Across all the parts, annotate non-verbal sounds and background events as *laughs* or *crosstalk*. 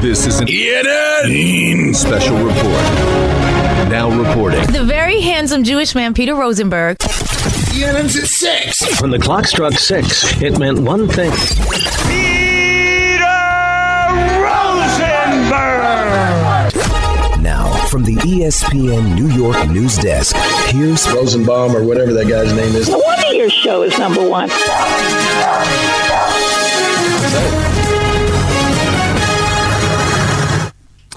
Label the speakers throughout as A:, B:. A: This is an ENN special report. Now reporting.
B: The very handsome Jewish man, Peter Rosenberg.
A: ENN's at 6.
C: When the clock struck six, it meant one thing.
D: Now, from the E ESPN New York news desk, here's
A: Rosenbaum or whatever that guy's name is.
E: No wonder your show is number one.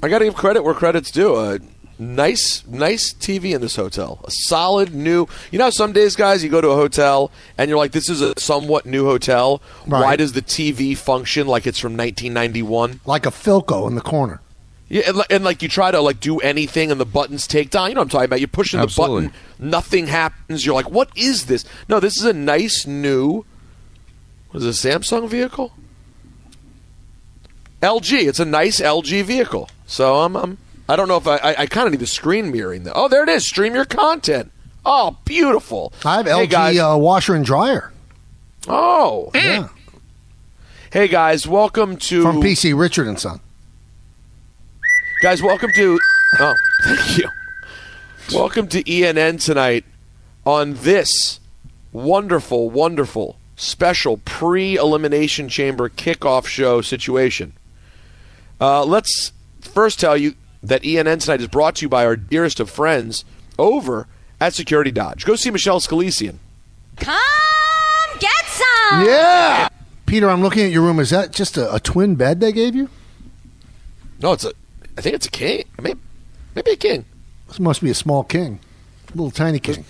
F: I got to give credit where credit's due. Uh, nice, nice TV in this hotel. A solid new. You know, how some days, guys, you go to a hotel and you're like, "This is a somewhat new hotel. Why
G: Right.
F: does the TV function like it's from 1991?"
G: like a Philco in the corner.
F: Yeah, and, li- and like you try to like do anything and the buttons take down. You know what I'm talking about? You're pushing
H: Absolutely.
F: the button, nothing happens. You're like, "What is this?" No, this is a nice new. Was it a Samsung vehicle? LG. It's a nice LG vehicle. So I'm, I'm I don't know if I I, I kind of need the screen mirroring though. Oh, there it is. Stream your content. Oh, beautiful.
G: I have
F: Hey,
G: LG
F: guys.
G: uh, washer and dryer
F: oh.
G: Yeah.
F: Hey guys, welcome to
G: from PC Richard and Son.
F: Guys, welcome to. Oh, thank you. Welcome to ENN tonight on this wonderful, wonderful special pre elimination chamber kickoff show situation. Uh, let's first tell you that ENN tonight is brought to you by our dearest of friends over at Security Dodge. Go see Michelle Scalesian.
B: Come get some!
G: Yeah, Peter, I'm looking at your room. Is that just a, a twin bed they gave you?
F: No, it's a. I think it's a king. Maybe, maybe a king.
G: This must be a small king, a little tiny king.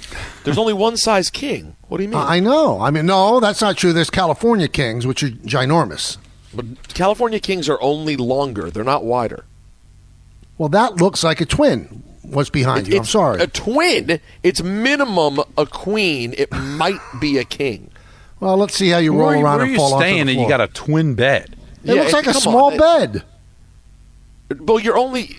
F: There's only one size king. What do you mean?
G: I I know. I mean, no, that's not true. There's California kings, which are ginormous.
F: But California kings are only longer. They're not wider.
G: Well, that looks like a twin. What's behind you? I'm
F: It's
G: sorry.
F: A twin. It's minimum a queen. It might be a king.
G: well, let's see how you roll
H: where,
G: around
H: where
G: and
H: you
G: fall
H: staying
G: onto the
H: and you
G: floor.
H: got a twin bed?
G: it
F: Yeah,
G: looks like a
F: come on,
G: small
F: it-
G: bed.
F: Well, you're only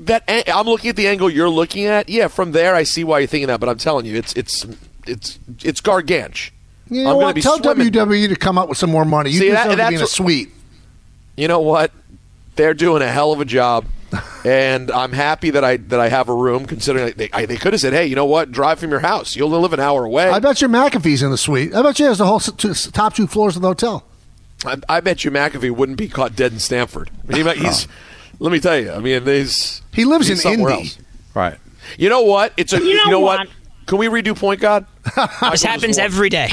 F: that. an- I'm looking at the angle you're looking at. Yeah, from there I see why you're thinking that. But I'm telling you, it's it's it's it's gargantuan.
G: You
F: I'm
G: know
F: gonna
G: what?
F: be
G: Tell E
F: swimming.
G: WWE to come up with some more money. You
F: See, that-
G: deserve to
F: that's
G: be in a
F: what-
G: suite.
F: You know what? They're doing a hell of a job, and I'm happy that I that I have a room. Considering they I, they could have said, hey, you know what? Drive from your house. You'll live an hour away.
G: I bet you McAfee's in the suite. I bet you has the whole s- two, s- top two floors of the hotel.
F: I, I bet you McAfee wouldn't be caught dead in Stanford. I mean, he might, he's. Let me tell you. I mean, he's
G: He lives
F: he's
G: in
F: somewhere
G: Indy.
F: else.
H: Right.
F: You know what? It's a. You know,
E: know
F: what?
E: what?
F: Can we redo point
G: *laughs*
F: guard?
I: This happens every day.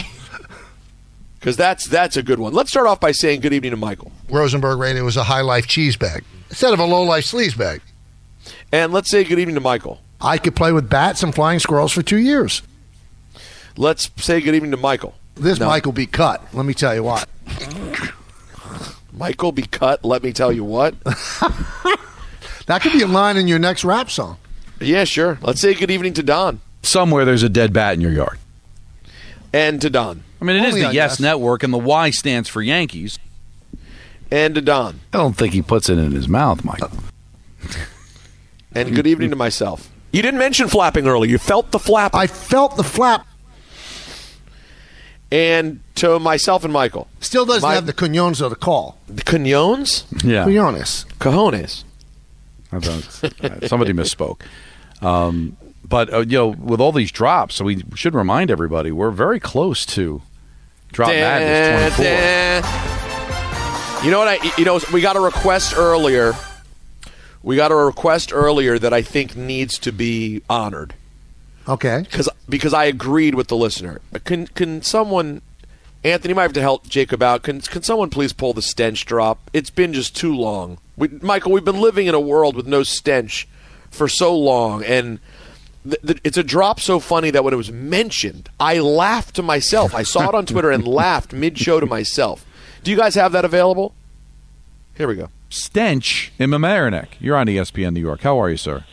F: Because that's that's a good one. Let's start off by saying good evening to Michael,
G: Rosenberg rated was a high life cheese bag instead of a low life sleaze bag.
F: and let's say good evening to Michael.
G: I could play with bats and flying squirrels for two years.
F: Let's say good evening to Michael.
G: This
F: No.
G: Mike will be cut. Let me tell you what.
F: Michael be cut. Let me tell you what.
G: That could be a line in your next rap song.
F: yeah, sure. Let's say good evening to Don
H: Somewhere there's a dead bat in your yard.
F: and to Don
H: I mean, it is
G: Only
H: the
G: on
H: Yes
G: Yes.
H: Network, and the Y stands for Yankees.
F: and to Don
C: I don't think he puts it in his mouth, Michael.
F: and good evening to myself. You didn't mention flapping earlier. You felt the flap
G: I felt the flap.
F: and to myself and Michael.
G: Still doesn't
F: My-
G: have the cunones of the call.
F: The Canones?
H: Yeah.
G: Cunones.
F: Cajones.
H: I thought- *laughs* Somebody misspoke. Um, but uh, you know, with all these drops, we should remind everybody we're very close to
G: Oh,
H: drop madness
F: Dun,
H: twenty four.
F: dun. You know what I? You know we got a request earlier. We got a request earlier that I think needs to be honored
G: Okay.
F: because because I agreed with the listener. Can can someone, Anthony, you might have to help Jacob out. Can can someone please pull the stench drop? It's been just too long. We, Michael, we've been living in a world with no stench for so long, and th- th- it's a drop so funny that when it was mentioned, I laughed to myself. I saw it on Twitter and laughed mid show to myself. Do you guys have that available? Here we go. *laughs*
H: Stench in Mamaroneck. You're on E ESPN New York. How are you, sir?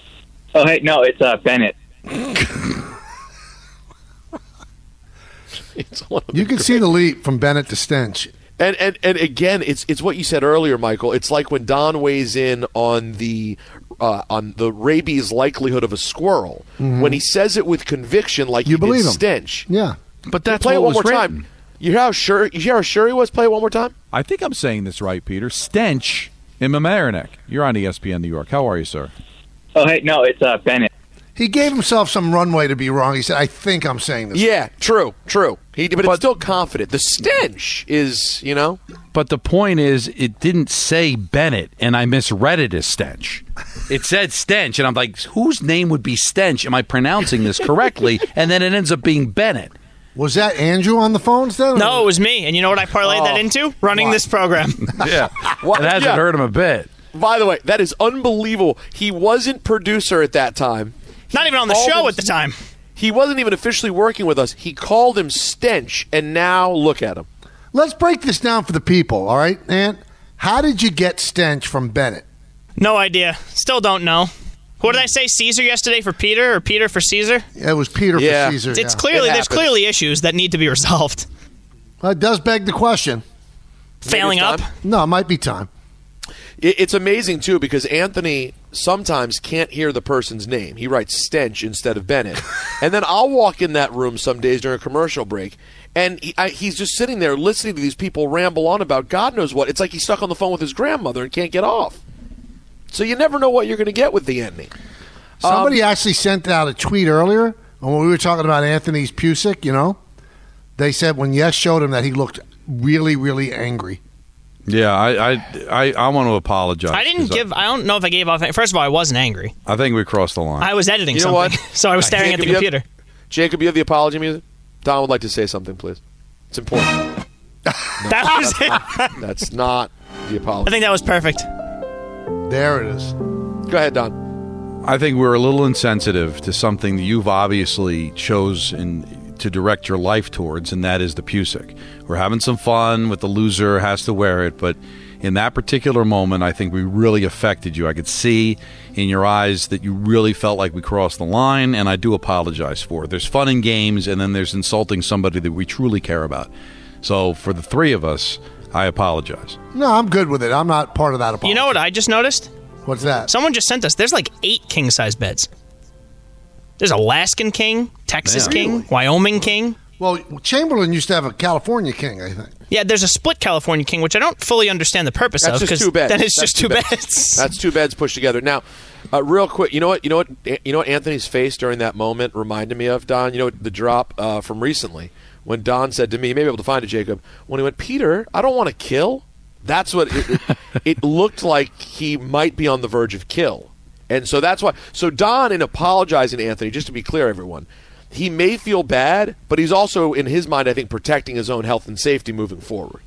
J: Oh, hey, no, it's uh, Bennett.
G: You can see the leap from Bennett to Stench.
F: And, and and again, it's it's what you said earlier, Michael. It's like when Don weighs in on the uh, on the rabies likelihood of a squirrel.
G: Mhm.
F: When he says it with conviction, like you he
G: believe
F: did
G: him.
F: stench.
G: Yeah,
H: but that's
F: play
H: what
F: it one
H: was
F: more time.
H: written.
F: You hear how sure you hear how sure he was. Play it one more time.
H: I think I'm saying this right, Peter. Stench in Mamaroneck. You're on E ESPN New York. How are you, sir?
J: Oh, hey, no, it's uh, Bennett.
G: He gave himself some runway to be wrong. He said, "I think I'm saying this."
F: Yeah, true, true. He, but, it's still confident. The stench is, you know.
H: But the point is, it didn't say Bennett, and I misread it as Stench. It said Stench, and I'm like, whose name would be Stench? Am I pronouncing this
I: *laughs*
H: correctly? And then it ends up being Bennett.
G: Was that Andrew on the phones then?
I: No, it was me. And you know what I parlayed
F: Oh,
I: that into? Running this program.
H: Yeah,
F: Wha-
H: it hasn't
F: yeah.
H: hurt him a bit.
F: By the way, that is unbelievable. He wasn't producer at that time.
I: Not even on the show at the time.
F: He wasn't even officially working with us. He called him stench, and now look at him.
G: Let's break this down for the people. All right, Ant. How did you get Stench from Bennett?
I: No idea. Still don't know. What did I say? Caesar yesterday for Peter, or Peter for Caesar?
G: It was Peter
I: Yeah.
G: for Caesar.
I: It's clearly- It there's happens. clearly issues that need to be resolved.
G: Well, it does beg the question.
I: Failing up?
G: No, it might be time.
F: It, it's amazing too because Anthony sometimes can't hear the person's name. He writes stench instead of Bennett, and then I'll walk in that room some days during a commercial break, and he, I, he's just sitting there listening to these people ramble on about God knows what. It's like he's stuck on the phone with his grandmother and can't get off. So you never know what you're going to get with the enemy.
G: Somebody actually sent out a tweet earlier when we were talking about Anthony's Pusick. You know, they said when Yes showed him that he looked really, really angry.
H: Yeah, I, I, I, I want to apologize.
I: I didn't
H: 'cause
I: give. I don't know if I gave off. First of all, I wasn't angry.
H: I think we crossed the line.
I: I was editing
F: You know
I: something, *laughs*
F: what? Uh,
I: so I was staring at the
F: Jacob, you have-
I: computer.
F: Jacob, you have the apology music. Don would like to say something, please. It's important.
I: *laughs* That was it.
F: That's not the apology.
I: I think that was perfect.
G: There it is.
F: Go ahead, Don.
H: I think we're a little insensitive to something that you've obviously chose in, to direct your life towards, and that is the Pusick. We're having some fun with the loser has to wear it, but in that particular moment, I think we really affected you. I could see in your eyes that you really felt like we crossed the line, and I do apologize for it. There's fun in games, and then there's insulting somebody that we truly care about. So for the three of us, I apologize.
G: No, I'm good with it. I'm not part of that apology.
I: You know what I just noticed?
G: What's that?
I: Someone just sent us. There's like eight king size beds. There's Alaskan king, Texas
G: Man.
I: king,
G: Really?
I: Wyoming king.
G: Well, Chamberlain used to have a California king, I think.
I: Yeah, there's a split California king, which I don't fully understand the purpose
F: That's
I: of.
F: just
I: 'cause
F: two beds.
I: Then it's
F: That's
I: just two beds.
F: *laughs* That's two beds pushed together. Now, uh, real quick, you know what? You know what? You know what? Anthony's face during that moment reminded me of Don. You know what, the drop uh, from recently when Don said to me, "Maybe able to find it, Jacob." When he went, Peter, I don't want to kill. That's what it, it, *laughs* it looked like. He might be on the verge of kill, and so that's why. So Don, in apologizing to Anthony, just to be clear, everyone. He may feel bad, but he's also, in his mind, I think, protecting his own health and safety moving forward.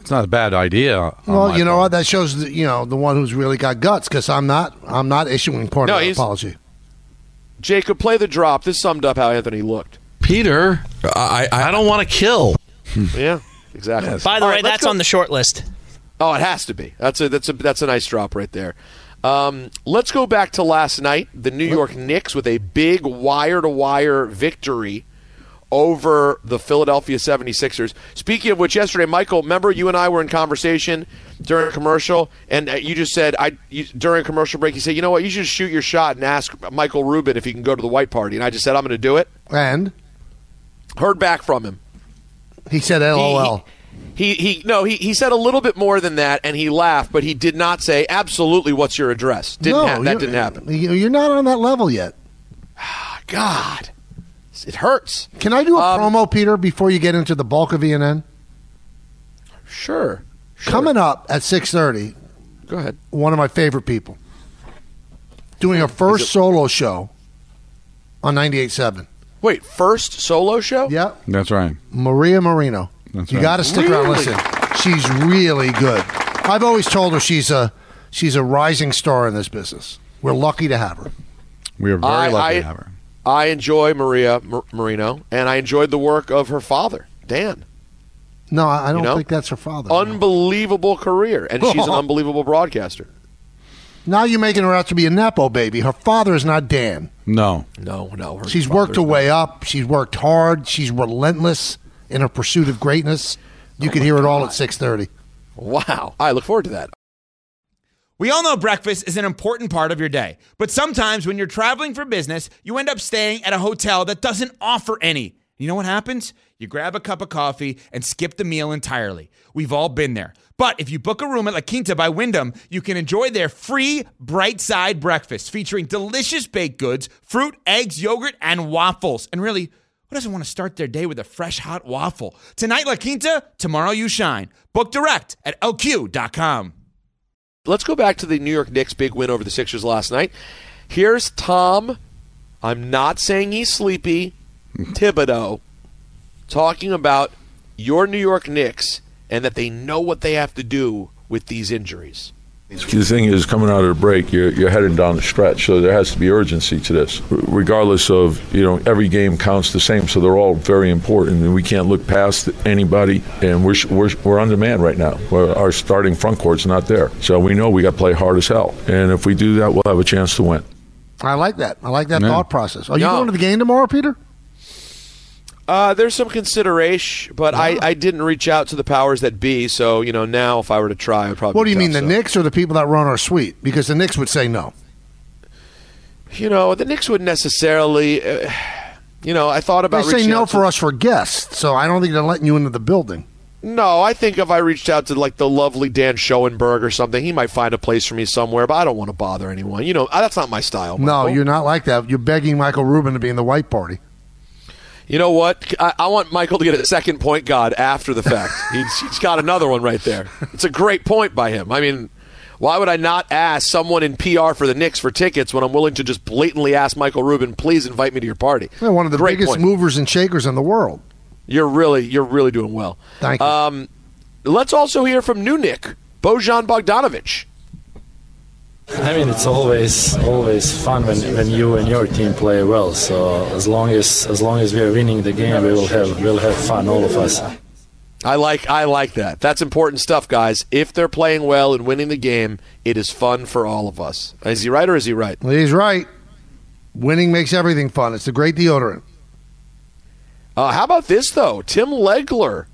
H: It's not a bad idea. on
G: Well,
H: Oh, my
G: you know what? That shows the, you know the one who's really got guts because I'm not. I'm not issuing part
F: No,
G: of an
F: he's-
G: apology.
F: Jacob, play the drop. This summed up how Anthony looked.
K: Peter, I I, I don't want to kill.
F: Yeah, exactly.
I: By the
F: All
I: way,
F: right, let's
I: that's
F: go-
I: on the short list.
F: Oh, it has to be. That's a that's a that's a nice drop right there. Um, let's go back to last night. The New York Knicks with a big wire to wire victory over the Philadelphia 76ers. Speaking of which, yesterday, Michael, remember you and I were in conversation during a commercial, and uh, you just said I you, during a commercial break, you said, you know what, you should shoot your shot and ask Michael Rubin if he can go to the white party, and I just said I'm going to do it.
G: And
F: Heard back from him.
G: he said, "LOL."
F: He he no he, he said a little bit more than that and he laughed but he did not say absolutely what's your address didn't
G: no,
F: hap- that
G: you-
F: didn't happen
G: you- You're not on that level yet.
F: God it hurts
G: Can I do a
F: Um,
G: promo, Peter, before you get into the bulk of E ENN?
F: sure
G: Coming up at six thirty.
F: Go ahead.
G: One of my favorite people doing her first solo show on 98.7.
F: wait first solo show
G: yeah
H: That's right.
G: Maria Marino.
H: That's
G: you
H: right.
G: got to stick around.
F: Really?
G: Listen, she's really good. I've always told her she's a she's a rising star in this business. We're lucky to have her.
H: We are very
F: I,
H: lucky
F: I,
H: to have her.
F: I enjoy Maria Mar- Marino and I enjoyed the work of her father Dan
G: No, I I
F: You
G: don't
F: know?
G: think that's her father.
F: Unbelievable career, and she's an
G: *laughs*
F: unbelievable broadcaster.
G: Now you're making her out to be a nepo baby. Her father is not Dan.
H: No.
F: No, no. her
G: She's worked her
F: father's
G: way up. She's worked hard. She's relentless in her pursuit of greatness. You
F: Oh
G: could hear it all at 6:30.
F: Wow. I look forward to that.
L: We all know breakfast is an important part of your day, but sometimes when you're traveling for business, you end up staying at a hotel that doesn't offer any. You know what happens? You grab a cup of coffee and skip the meal entirely. We've all been there. But if you book a room at La Quinta by Wyndham, you can enjoy their free bright side breakfast featuring delicious baked goods, fruit, eggs, yogurt, and waffles. And really, who doesn't want to start their day with a fresh hot waffle? Tonight, La Quinta, tomorrow you shine. Book direct at lq.com.
F: Let's go back to the New York Knicks big win over the Sixers last night. Here's Tom. I'm not saying he's sleepy. Thibodeau talking about your New York Knicks and that they know what they have to do with these injuries.
M: The thing is, coming out of the break, you're, you're headed down the stretch, so there has to be urgency to this. R- regardless of, you know, every game counts the same, so they're all very important, and we can't look past anybody, and we're, sh- we're, sh- we're on demand right now. We're, our starting front court's not there, so we know we got to play hard as hell, and if we do that, we'll have a chance to win.
G: I like that. I like that
M: Yeah.
G: thought process. Are you
M: Yeah.
G: going to the game tomorrow, Peter?
F: Uh, there's some consideration, but I, I didn't reach out to the powers that be. So you know now, if I were to try, I'd probably.
G: What do you
F: be
G: mean, the
F: tough,
G: Knicks or the people that run our suite? Because the Knicks would say no.
F: so. You know, the Knicks wouldn't necessarily. Uh, you know, I thought
G: They
F: about
G: say
F: reaching
G: no
F: out to-
G: for us for guests, so I don't think they're letting you into the building.
F: No, I think if I reached out to like the lovely Dan Schoenberg or something, he might find a place for me somewhere. But I don't want to bother anyone. You know, that's not my style.
G: No, you're not like that. You're begging Michael Rubin to be in the white party.
F: You know what? I, I want Michael to get a second point god after the fact. he's, he's got another one right there. It's a great point by him. I mean, why would I not ask someone in PR for the Knicks for tickets when I'm willing to just blatantly ask Michael Rubin, please invite me to your party?
G: They're one of the
F: Great
G: biggest
F: point.
G: movers and shakers in the world.
F: You're really, you're really doing well.
G: Thank you.
F: Um, let's also hear from new Nick, Bojan Bogdanovic.
N: I mean, it's always always fun when, when you and your team play well. So as long as as long as we are winning the game, we will have we'll have fun, all of us.
F: I like I like that. That's important stuff, guys. If they're playing well and winning the game, it is fun for all of us. Is he right or is he right?
G: Well, he's right. Winning makes everything fun. It's a great deodorant.
F: Uh, how about this though? Tim Legler,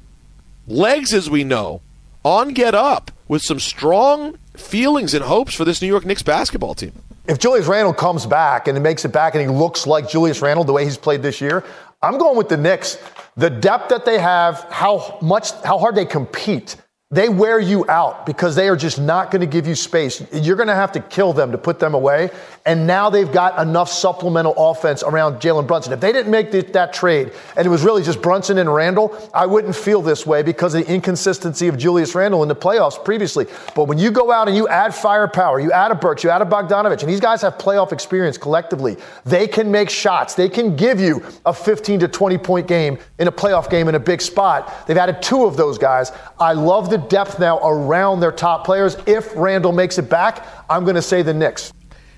F: legs as we know, on get up with some strong feelings and hopes for this New York Knicks basketball team.
O: If Julius Randle comes back and he makes it back and he looks like Julius Randle the way he's played this year, I'm going with the Knicks. The depth that they have, how much, how hard they compete, they wear you out because they are just not going to give you space. You're going to have to kill them to put them away. And now they've got enough supplemental offense around Jalen Brunson. If they didn't make th- that trade and it was really just Brunson and Randall, I wouldn't feel this way because of the inconsistency of Julius Randall in the playoffs previously. But when you go out and you add firepower, you add a Burks, you add a Bogdanovich, and these guys have playoff experience collectively, they can make shots. They can give you a 15 to 20 point game in a playoff game in a big spot. They've added two of those guys. I love the depth now around their top players. If Randall makes it back, I'm going to say the Knicks.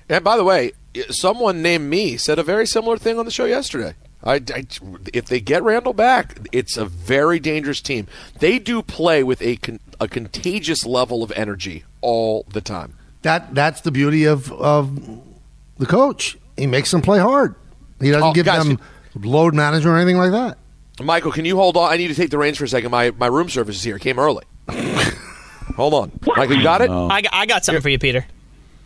F: And by the way, someone named me said a very similar thing on the show yesterday. I, I- if they get Randall back, it's a very dangerous team. They do play with a con, a contagious level of energy all the time.
G: That that's the beauty of of the coach. He makes them play hard. He doesn't
F: Oh,
G: give them load management or anything like that.
F: Michael, can you hold on? I need to take the reins for a second. My my room service is here. It came early. *laughs* hold on, Michael. You got it.
I: I, got- I got something for you, Peter.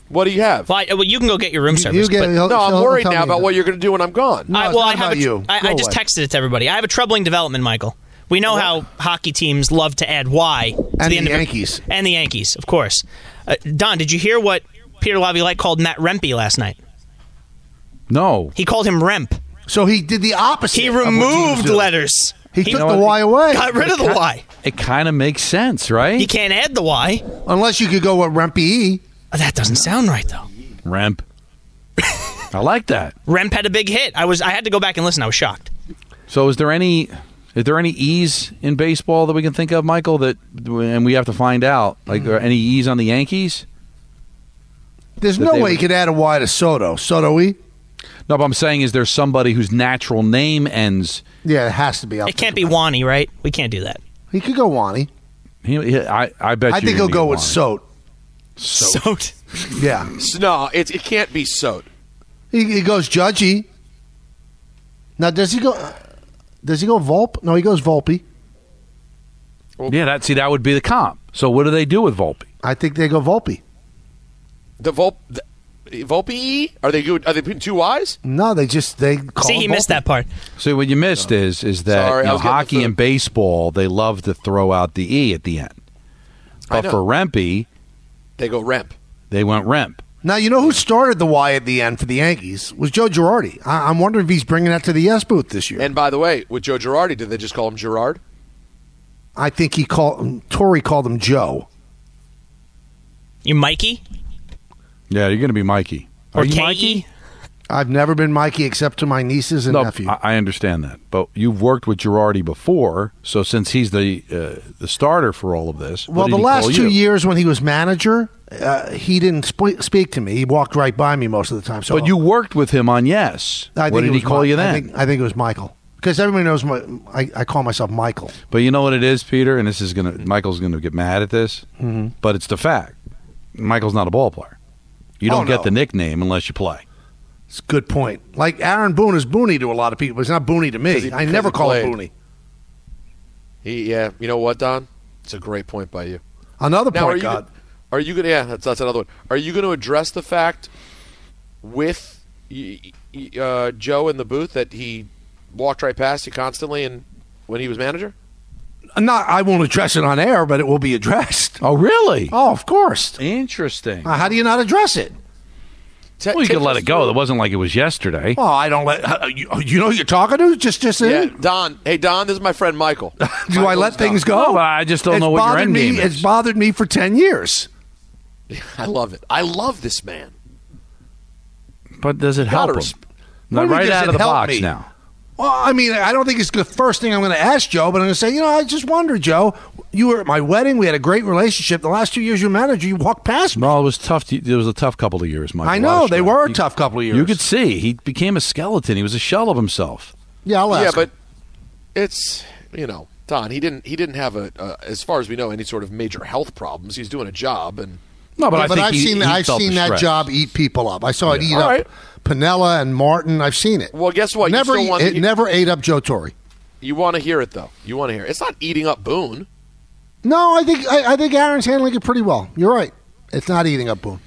F: What do you have?
I: Well, I- well, you can go get your room service. but-
F: no, I'm worried now about what you're going to do when I'm gone.
I: I, well, I have a tr- I, I just texted it to everybody. I have a troubling development, Michael. We know how hockey teams love to add Y to
G: And
I: the, end
G: the
I: of it-
G: Yankees.
I: and the Yankees, of course. Uh, Don, did you hear what Peter Laviolette called Matt Rempe last night?
H: No.
I: He called him Remp.
G: So he did the opposite.
I: He
H: of what you was
I: removed
H: doing.
I: letters.
G: He took the Y away.
I: Got rid of the Y.
H: It kind of makes sense, right?
I: He can't add the Y. Uh,
G: Unless you could go with E. Rempy.
I: That doesn't sound right though.
H: Ramp. *laughs* I like that.
I: Remp had a big hit. I was I had to go back and listen. I was shocked.
H: So, is there any is there any ease in baseball that we can think of, Michael? That and we have to find out. Like,
G: Mm-hmm.
H: are any ease on the Yankees?
G: There's
H: That
G: no
H: they
G: way
H: would-
G: he could add a Y to Soto. Soto E.
H: No, but I'm saying is there somebody whose natural name ends?
G: Yeah, it has to be. Up
I: It can't be Wani, right? We can't do that.
G: He could go Wani.
H: He, he- I, I bet.
G: I
H: you
G: think he'll
H: need
G: go with
H: Lonnie.
G: Soat.
I: *laughs*
G: *laughs*
I: Soat.
G: yeah.
F: No, it, it can't be Soat.
G: He, he goes Judgy. Now does he go? Does he go Volpe? No, he goes Volpe.
H: yeah, that see that would be the comp. So what do they do with Volpe?
G: I think they go Volpe.
F: The Volpe, the, Volpe? Are they good? Are they putting two Y's?
G: No, they just they call
I: See,
G: him
I: he missed
G: Volpe.
I: that part.
H: So what you missed is is that
F: Sorry, I
H: you know,
F: was getting the
H: hockey and baseball they love to throw out the e at the end,
F: I
H: but for
F: know.
H: Rempe
F: They go Remp.
H: they went Remp.
G: Now you know who started the Y at the end for the Yankees was Joe Girardi. I, I'm wondering if he's bringing that to the Yes booth this year.
F: And by the way, with Joe Girardi, did they just call him Girard?
G: I think he called Tori called him Joe.
I: You Mikey
H: Yeah, you're going to be Mikey.
I: or
H: Are you
I: K-E?
H: Mikey?
G: I've never been Mikey except to my nieces and
H: No,
G: nephew.
H: I, I understand that, but you've worked with Girardi before, so since he's the uh, the starter for all of this, what
G: well,
H: did
G: the
H: he
G: last
H: call
G: two
H: you?
G: years when he was manager, uh, he didn't sp- speak to me. He walked right by me most of the time. So
H: but you worked with him on Yes.
G: I think
H: what
G: it
H: did
G: was
H: he call
G: Mi-
H: you
G: I
H: then?
G: think, I think it was Michael because everybody knows my, I, I call myself Michael.
H: But you know what it is, Peter, and this is gonna Michael's gonna get mad at this,
G: Mhm.
H: but it's the fact. Michael's not a ball player. You
G: Oh,
H: don't get
G: no.
H: the nickname unless you play.
G: It's a good point. Like Aaron Boone is Booney to a lot of people, but he's not Booney to me.
F: 'Cause he-
G: I never
F: 'cause he
G: call him
F: played.
G: Booney.
F: He, yeah. You know what, Don? It's a great point by you.
G: Another
F: Now, are
G: point,
F: you,
G: Oh God.
F: Are you gonna? Yeah, that's that's another one. Are you gonna address the fact with y- y- uh, Joe in the booth that he walked right past you constantly and when he was manager?
G: Not, I won't address it on air, but it will be addressed. *laughs*
H: Oh, really?
G: Oh, of course.
H: Interesting.
G: Uh, How do you not address it?
F: Te-
H: well, you
F: take
H: could let
F: us
H: it go. It wasn't like it was yesterday.
G: Well, I don't let uh, you, you know who you're talking to. Just, just
F: through- Yeah, Don. Hey, Don. This is my friend Michael.
G: Hmm? *laughs* do I let things go?
H: No, but I just don't
G: It's
H: know what your
G: bothered
H: end
G: me,
H: game is.
G: It's bothered me for ten years.
F: I love it. I love this man.
H: But does it help
F: Gotta
H: him?
F: resp-
G: What do
H: Not
G: you mean,
H: right
G: does
H: out
G: it
H: of the
G: help
H: box
G: me?
H: now.
G: Well, I mean, I don't think it's the first thing I'm going to ask Joe, but I'm going to say, you know, I just wonder, Joe. You were at my wedding. We had a great relationship. The last two years, you were manager. You walked past me.
H: No, it was tough. To, it was a tough couple of years, Mike.
G: I know they were a tough couple of years.
H: You could see he became a skeleton. He was a shell of himself.
G: yeah, I'll ask.
F: yeah,
G: him.
F: but it's you know Don. He didn't he didn't have a uh, as far as we know any sort of major health problems. He's doing a job and
H: No, but
G: Yeah,
H: I think
G: I've
H: he-
G: seen
H: he
G: I've
H: felt the
G: seen that
H: stress.
G: job eat people up. I saw it eat
F: All
G: up
F: right.
G: Pinella and Martin. I've seen it.
F: well, guess what?
G: never
F: you
G: eat-
F: still want
G: it never ate up Joe Torre.
F: you want to hear it though. You want to hear it. it's not eating up Boone.
G: No, I think I, I think Aaron's handling it pretty well. You're right. It's not eating up Boone.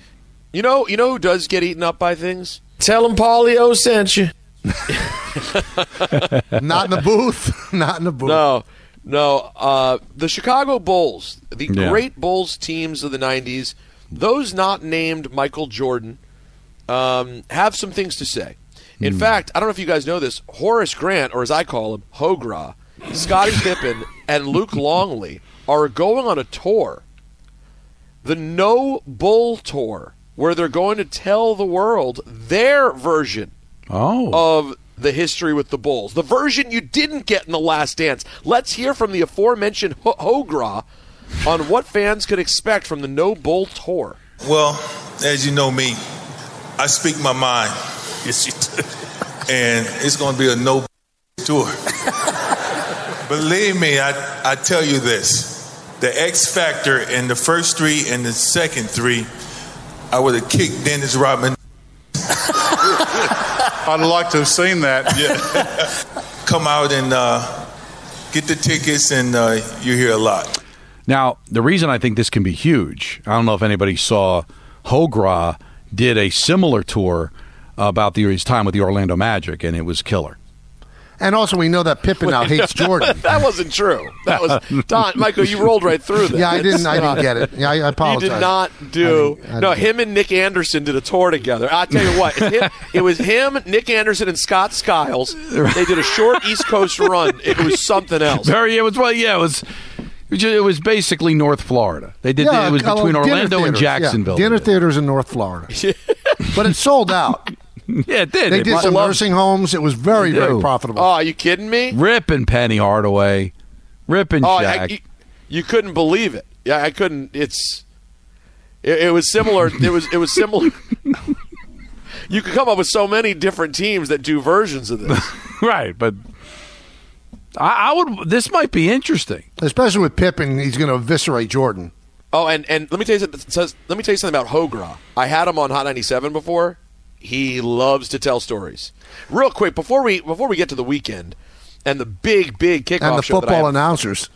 F: You know you know who does get eaten up by things?
K: Tell him Paulio sent you.
G: *laughs* not in the booth. *laughs* not in the booth.
F: No, no. Uh, the Chicago Bulls, the
H: Yeah.
F: great Bulls teams of the '90s, those not named Michael Jordan, um, have some things to say.
H: Hmm.
F: In fact, I don't know if you guys know this. Horace Grant, or as I call him, Hogra,
H: *laughs*
F: Scottie Pippen, and Luke Longley are going on a tour, the No Bull Tour, where they're going to tell the world their version
H: Oh,
F: of the history with the Bulls. The version you didn't get in the last dance. Let's hear from the aforementioned Ho- Hogra on what fans could expect from the No Bull Tour.
P: Well, as you know me, I speak my mind. Yes, you do. *laughs* And it's going to be a no *laughs* tour. Believe me, I, I tell you this the X Factor in the first three and the second three, I would have kicked Dennis Rodman. *laughs* I'd like to have seen that. *laughs* Yeah. Come out and uh, get the tickets, and uh, you hear a lot.
H: Now, the reason I think this can be huge, I don't know if anybody saw Hogra did a similar tour about the, his time with the Orlando Magic, and it was killer.
G: And also, we know that
F: *laughs*
G: Pippen now hates Jordan.
F: that wasn't true. That
G: *laughs*
F: was Don Michael. You rolled right through that.
G: Yeah, I didn't. I
F: It's
G: didn't get it. Yeah, I, I
F: not-
G: apologize.
F: You did not do.
G: I didn't- I
F: no,
G: didn't.
F: him and Nick Anderson did a tour together. I tell you what, it, hit- it was him, Nick Anderson, and Scott Skiles. They did a short East Coast run. It was something else.
H: Very, it was well, yeah, it was. it was- It was basically North Florida. They did.
G: Yeah,
H: it was
G: uh,
H: between
G: dinner
H: Orlando and
G: theaters, yeah.
H: Jacksonville.
G: Dinner theaters in
F: *laughs*
G: North Florida, but it sold out.
H: yeah, it did.
G: They did
H: brought-
G: some
H: I love-
G: nursing homes. It was very,
H: They
G: very
H: do.
G: profitable.
F: Oh, are you kidding me?
H: Rip and Penny Hardaway, Rip and
F: Oh, I-
H: Shaq.
F: you,
H: *laughs*
F: you couldn't believe it. Yeah, I couldn't. It's it, it was similar. It was it was similar. *laughs*
G: *laughs*
F: you could come up with so many different teams that do versions of this.
H: right, but
Q: I, I would. This might be interesting,
G: especially with Pippen. He's going to eviscerate Jordan.
F: Oh, and, and let me tell you something, says, let me tell you something about Hogra. I had him on Hot 97 before. He loves to tell stories. Real quick before we before we get to the weekend and the big big kickoff
G: and the
F: show that Oh, I
G: football
F: have
G: announcers.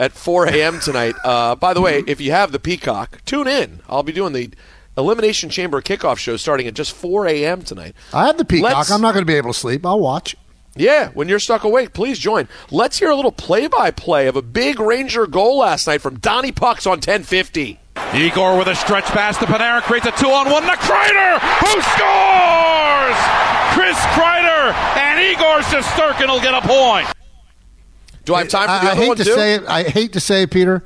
F: at 4 a.m. tonight. Uh, by the way, if you have the Peacock, tune in. I'll be doing the Elimination Chamber kickoff show starting at just 4 a.m. tonight.
G: I have the peacock.
F: Let's-
G: I'm not going to be able to sleep. I'll watch.
F: Yeah, when you're stuck awake, please join. Let's hear a little play-by-play of a big Ranger goal last night from Donnie Pucks on 1050.
H: Igor with a stretch pass to Panera creates a two-on-one to Kreider, who scores! Chris Kreider and Igor Shesterkin will get a point.
F: Do I have time for the
G: I, I
F: other
G: hate
F: one
G: to
F: too?
G: say it. I hate to say it, Peter.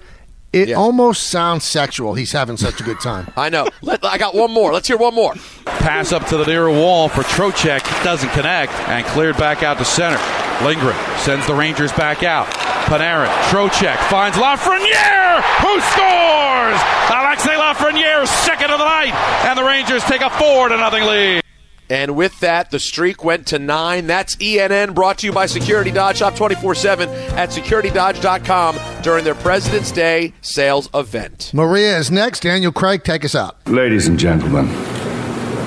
G: It almost sounds sexual. He's having such a good
F: *laughs*
G: time.
F: I know. Let, I got one more. Let's hear one more.
H: Pass up to the near wall for Trocek doesn't connect and cleared back out to center. Lindgren sends the Rangers back out. Panarin, Trocek finds Lafreniere who scores. Alexei Lafreniere second of the night, and the Rangers take a four to nothing lead.
F: And with that, the streak went to nine. That's ENN brought to you by Security Dodge. Shop 24 7 at securitydodge.com during their President's Day sales event.
G: Maria is next. Daniel Craig, take us out.
R: Ladies and gentlemen,